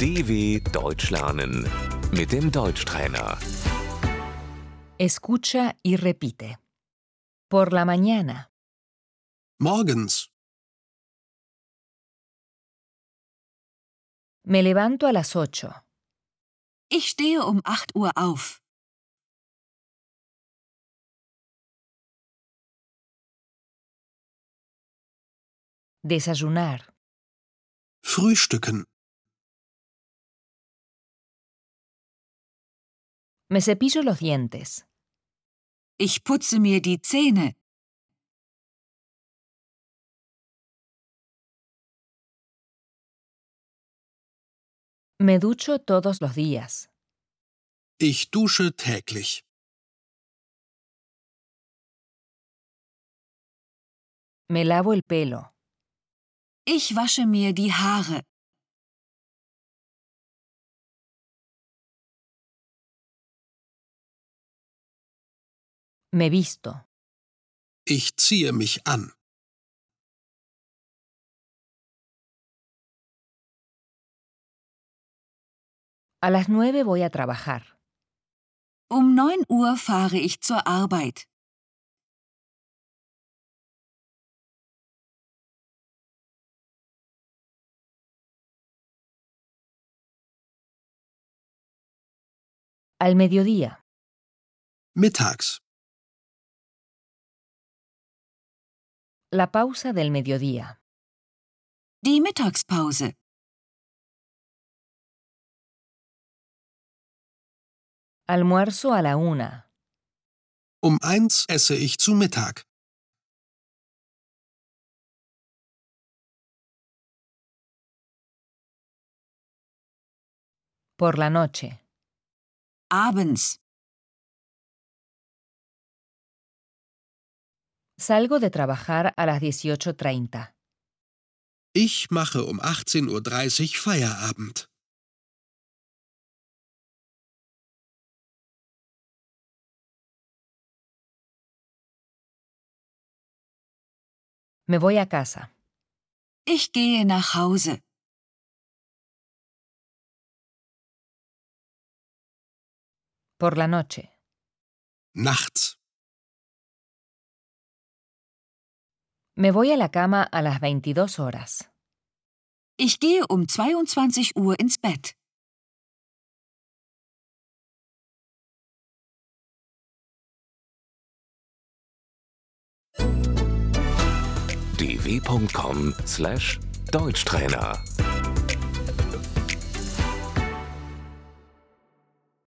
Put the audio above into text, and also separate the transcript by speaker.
Speaker 1: DW Deutsch lernen mit dem Deutschtrainer.
Speaker 2: Escucha y repite. Por la mañana,
Speaker 3: Morgens.
Speaker 2: me levanto a las 8.
Speaker 4: Ich stehe um 8 Uhr auf.
Speaker 2: Desayunar,
Speaker 3: Frühstücken.
Speaker 2: me cepillo los dientes,
Speaker 4: Ich putze mir die Zähne.
Speaker 2: me ducho todos los días,
Speaker 3: Ich dusche täglich.
Speaker 2: me lavo el pelo,
Speaker 4: Ich wasche mir die Haare.
Speaker 2: me visto,
Speaker 3: Ich ziehe mich an.
Speaker 2: a las 9 voy a trabajar,
Speaker 4: Um 9 Uhr fahre ich zur Arbeit.
Speaker 2: al mediodía,
Speaker 3: Mittags.
Speaker 2: la pausa del mediodía,
Speaker 4: Die Mittagspause.
Speaker 2: almuerzo a la 1,
Speaker 3: Um eins esse ich zu Mittag.
Speaker 2: por la noche,
Speaker 4: Abends.
Speaker 2: salgo de trabajar a las 18.30.
Speaker 3: Ich mache um 18.30 Uhr Feierabend.
Speaker 2: Me voy a casa.
Speaker 4: Ich gehe nach Hause.
Speaker 2: Por la noche.
Speaker 3: Nachts.
Speaker 2: Me voy a la cama a las 22 horas.
Speaker 4: Ich gehe um 22 Uhr ins Bett.
Speaker 1: dw.com/deutschtrainer